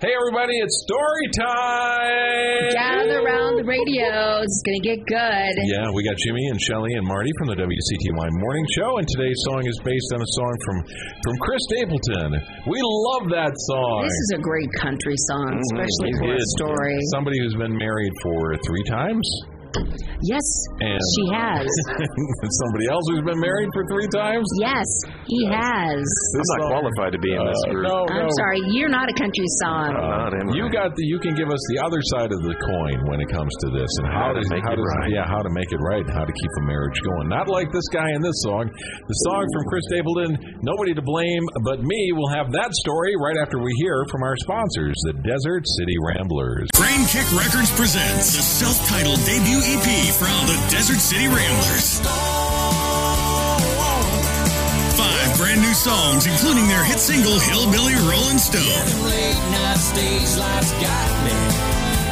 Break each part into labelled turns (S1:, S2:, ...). S1: Hey, everybody, it's story time!
S2: Gather around the radios. It's going to get good.
S1: Yeah, we got Jimmy and Shelly and Marty from the WCTY Morning Show, and today's song is based on a song from, from Chris Stapleton. We love that song.
S2: This is a great country song, especially
S1: Mm-hmm. It
S2: for a
S1: is.
S2: story.
S1: Somebody who's been married for three times,
S2: Yes,
S1: And-
S2: she has.
S1: somebody else who's been married for three times.
S2: yes, he has.
S1: This
S3: I'm not
S1: song-
S3: qualified to be in this
S1: Uh,
S3: group.
S1: no,
S2: I'm
S1: no.
S2: sorry, you're not a country song.
S1: Uh.
S3: I'm not, am I?
S1: You got the. You can give us the other side of the coin when it comes to this, and how,
S3: How to
S1: does-
S3: make
S1: how
S3: it
S1: does-
S3: right.
S1: Yeah, how to make it right, and how to keep a marriage going. Not like this guy in this song. The song from Chris Stapleton, "Nobody to Blame But Me." We'll have that story right after we hear from our sponsors, the Desert City Ramblers.
S4: Crane Kick Records presents the self-titled debut EP from the Desert City Ramblers. Five brand new songs, including their hit single "Hillbilly Rolling Stone."
S5: Late night stage lights got me.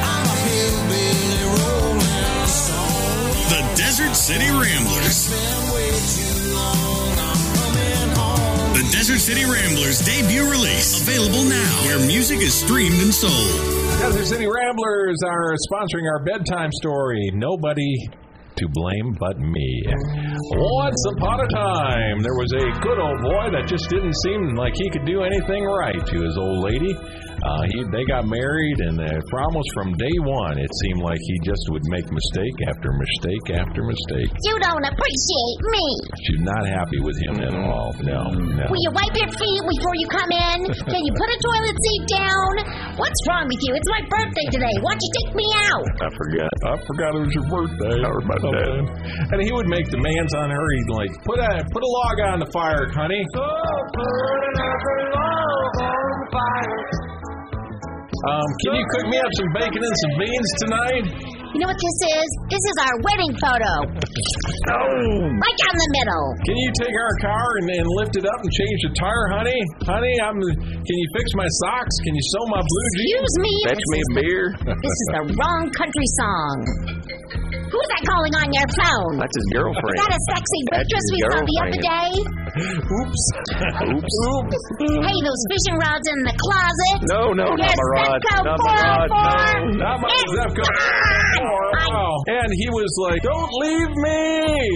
S5: I'm a hillbilly rolling stone.
S4: The Desert City Ramblers.
S5: Been way too long. I'm coming home.
S4: The Desert City Ramblers debut release available now, where music is streamed and sold.
S1: Desert City Ramblers are sponsoring our bedtime story. Nobody to blame but me. Once upon a time, there was a good old boy that just didn't seem like he could do anything right to his old lady. Uh, he, they got married, and uh, from almost from day one, it seemed like he just would make mistake after mistake after mistake.
S6: You don't appreciate me.
S1: She's not happy with him at all. No, no.
S6: Will you wipe your feet before you come in? Can you put a toilet seat down? What's wrong with you? It's my birthday today. Why don't you take me out?
S3: I forgot.
S1: I forgot it was your birthday.
S3: Our birthday.
S1: Something. And he would make demands on her. He'd like put a put a log on the fire, honey. Um, can you cook me up some bacon and some beans tonight?
S6: You know what this is? This is our wedding photo. Right down the middle.
S1: Can you take our car and, and lift it up and change the tire, honey? Honey, I'm. Can you fix my socks? Can you sew my blue jeans?
S6: Excuse me.
S3: Fetch
S6: This
S3: me
S6: is,
S3: a beer.
S6: this is the wrong country song. Who's that calling on your phone?
S3: That's his
S6: Is
S3: girlfriend.
S6: that a sexy
S3: That's
S6: waitress we
S3: your
S6: saw the other
S3: girlfriend.
S6: day?
S1: Oops.
S3: Oops.
S6: Hey, those fishing rods in the closet.
S3: No, no, not
S6: Yes,
S3: my rod.
S6: Zepco
S3: Not my rod.
S6: 404.
S3: No.
S1: Not my
S6: It's
S1: Zepco. Oh,
S6: gone!
S1: Wow. And he was like, "Don't leave me."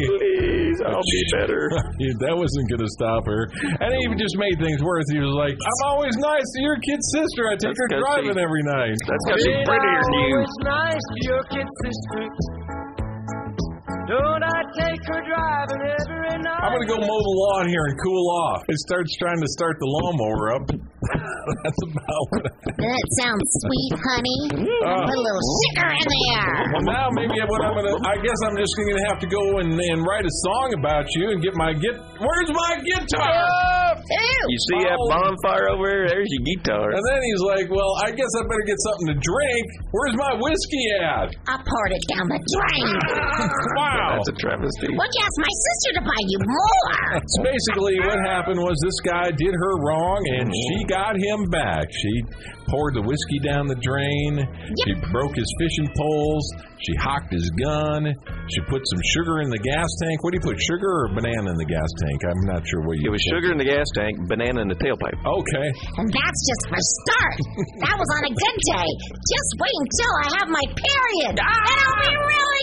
S3: Please, I'll be better.
S1: He- that wasn't going to stop her. And he just made things worse. He was like, I'm always nice to your kid sister. I take
S3: That's
S1: her
S3: 'cause
S1: driving
S3: she-
S1: every night.
S3: That's got some prettier news.
S7: It's nice to your kid sister. Don't I take her driving every night?
S1: I'm going to go mow the lawn here and cool off. It starts trying to start the lawnmower up. That's about what
S6: That sounds sweet, honey.
S3: Mm.
S1: Ah.
S6: Put a little sugar in there.
S1: Well, now maybe what I'm gonna. I guess I'm just gonna have to go and, and write a song about you and get my get. Where's my guitar?
S6: Ew.
S3: You see that
S1: Oh.
S3: bonfire over there? There's your guitar.
S1: And then he's like, "Well, I guess I better get something to drink. Where's my whiskey at?"
S6: I poured it down the drain.
S1: Wow.
S3: That's a travesty.
S6: Won't you ask my sister to buy you more?
S1: So basically, what happened was this guy did her wrong, and
S6: Mm-hmm.
S1: she got him back. She poured the whiskey down the drain. She broke his fishing poles. She hocked his gun. She put some sugar in the gas tank. What do you put, sugar or banana in the gas tank? I'm not sure what you.
S3: It was
S1: put.
S3: sugar in the gas tank, banana in the tailpipe.
S1: Okay.
S6: And that's just for start. That was on a good day. Just wait until I have my period.
S1: Ah!
S6: And I'll be really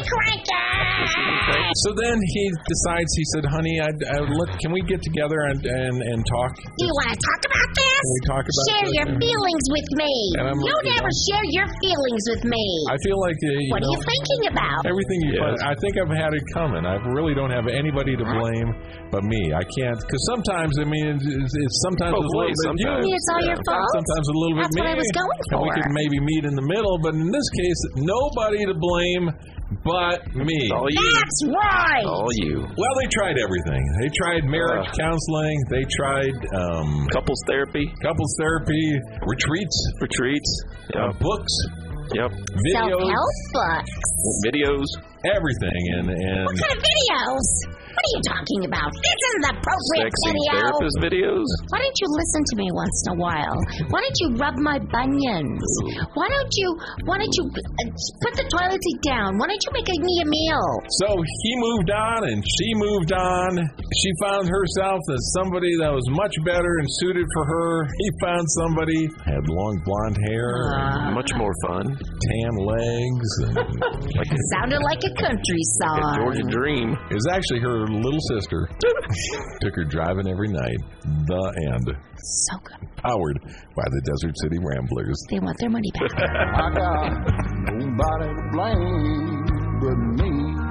S6: cranky.
S1: So then he decides. He said, "Honey, I, I, look, can we get together and and, and talk?
S6: Do you want to talk about this?
S1: Can we talk about
S6: share
S1: this?
S6: your feelings with me.
S1: And I'm
S6: You
S1: looking
S6: never share your feelings with me.
S1: I feel like uh, you
S6: what
S1: know,
S6: are you thinking about?
S1: Everything you
S3: Yes.
S1: I think I've had it coming. I really don't have anybody to blame but me. I can't because sometimes I mean it's, it's, it's sometimes
S3: Both
S1: it's a little
S3: ways,
S1: bit
S3: sometimes.
S1: you,
S6: Maybe it's all your fault.
S1: sometimes a little bit
S6: That's
S1: me.
S6: what I was going
S1: And we
S6: for.
S1: could maybe meet in the middle, but in this case, nobody to blame but me.
S3: It's all you.
S6: That's right.
S1: Oh,
S3: All you. Uh.
S1: Well, they tried everything. They tried marriage counseling. They tried um,
S3: Couples therapy,
S1: couples therapy, retreats,
S3: retreats.
S1: uh,
S3: Yep.
S1: books,
S3: Yep.
S1: videos,
S6: Self-help books.
S3: Videos.
S1: everything, and and
S6: What kind of videos? What are you talking about? This isn't the appropriate
S3: Sexy
S6: video.
S3: therapist videos.
S6: Why don't you listen to me once in a while? Why don't you rub my bunions? Why don't you? Why don't you uh, put the toilet seat down? Why don't you make me a meal?
S1: So he moved on and she moved on. She found herself as somebody that was much better and suited for her. He found somebody had long blonde hair,
S3: Much more fun.
S1: tan legs. And
S3: Like a,
S2: Sounded like a country
S3: a Georgia
S2: song.
S3: dream.
S1: it was actually her little sister. Took her driving every night. The end.
S6: So good.
S1: Powered by the Desert City Ramblers.
S6: They want their money back.
S8: I got nobody to blame but me.